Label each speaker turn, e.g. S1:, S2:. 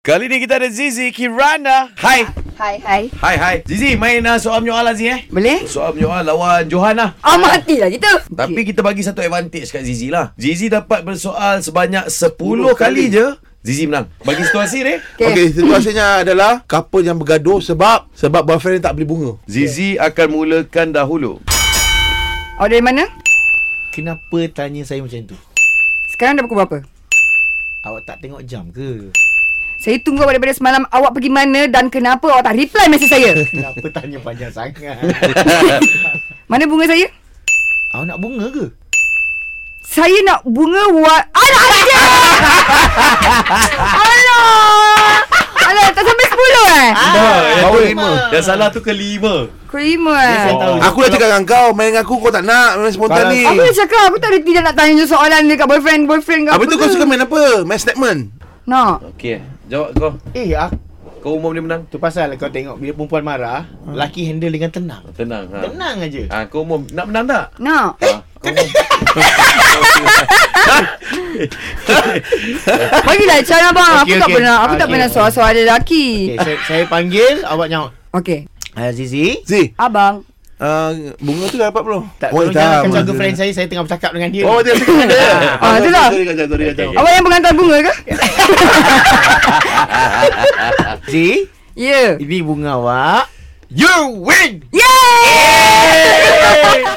S1: Kali ni kita ada Zizi Kirana. Hai.
S2: Hai hai
S1: Hai hai. Zizi main uh, soal menyoal lah Zizi eh.
S2: Boleh?
S1: Soal menyoal lawan Johan lah.
S2: Ah matilah kita
S1: Tapi kita bagi satu advantage kat Zizi lah. Zizi dapat bersoal sebanyak 10 kali, je. Zizi menang. Bagi situasi ni.
S2: Okay.
S3: Okay. okay, situasinya adalah couple yang bergaduh sebab sebab boyfriend dia tak beli bunga.
S1: Zizi akan mulakan dahulu.
S2: Oh dari mana?
S4: Kenapa tanya saya macam tu?
S2: Sekarang dah pukul berapa?
S4: Awak tak tengok jam ke?
S2: Saya tunggu awak daripada semalam Awak pergi mana dan kenapa awak tak reply mesej saya?
S4: Kenapa tanya panjang sangat?
S2: Mana bunga saya?
S4: Awak nak bunga ke?
S2: Saya nak bunga wat Alah alah dia! Alah Alah tak sampai 10 eh?
S1: Ah,
S3: baru
S1: yang,
S3: lima.
S1: tu, yang salah tu kelima.
S2: Kelima eh?
S3: Ah.
S4: Saya tahu.
S3: Aku dah cakap dengan kau, main dengan aku kau tak nak, main spontan
S4: Kalau-
S3: ni.
S2: Aku dah cakap aku tak ada tidak nak tanya soalan dekat boyfriend boyfriend ke
S3: Apa tu
S2: ke.
S3: kau suka main apa? Main statement.
S2: Nak.
S1: Okey. Jawab kau.
S4: Eh, aku
S1: Kau umum dia menang.
S4: tu pasal kau tengok bila perempuan
S3: Ah.
S4: marah, hmm. laki handle dengan tenang.
S1: Tenang. Ha.
S4: Tenang aje.
S1: Ha, kau umum. Nak menang tak?
S2: Nak.
S1: Ha, kau umum.
S2: Bagilah cara abang. Aku
S4: Okey,
S2: tak
S4: okey.
S2: pernah aku tak
S4: Okey.
S2: pernah soal-soal lelaki.
S4: Okay, Eh, saya, saya panggil, awak nyaut. Ah,
S2: Okey.
S4: Azizi,
S3: Zi,
S2: Abang.
S3: uh, bunga tu dah dapat belum?
S4: tak oh, tolong jangan kacau
S3: bunga.
S4: girlfriend saya, saya tengah bercakap dengan dia.
S3: Oh, dia cakap dengan dia.
S2: Ah, tu lah.
S3: Sorry kacau, sorry kacau.
S2: Awak yang pengantar bunga ke?
S4: Azizi,
S2: Ya.
S4: ini bunga awak. You win!
S2: Yay!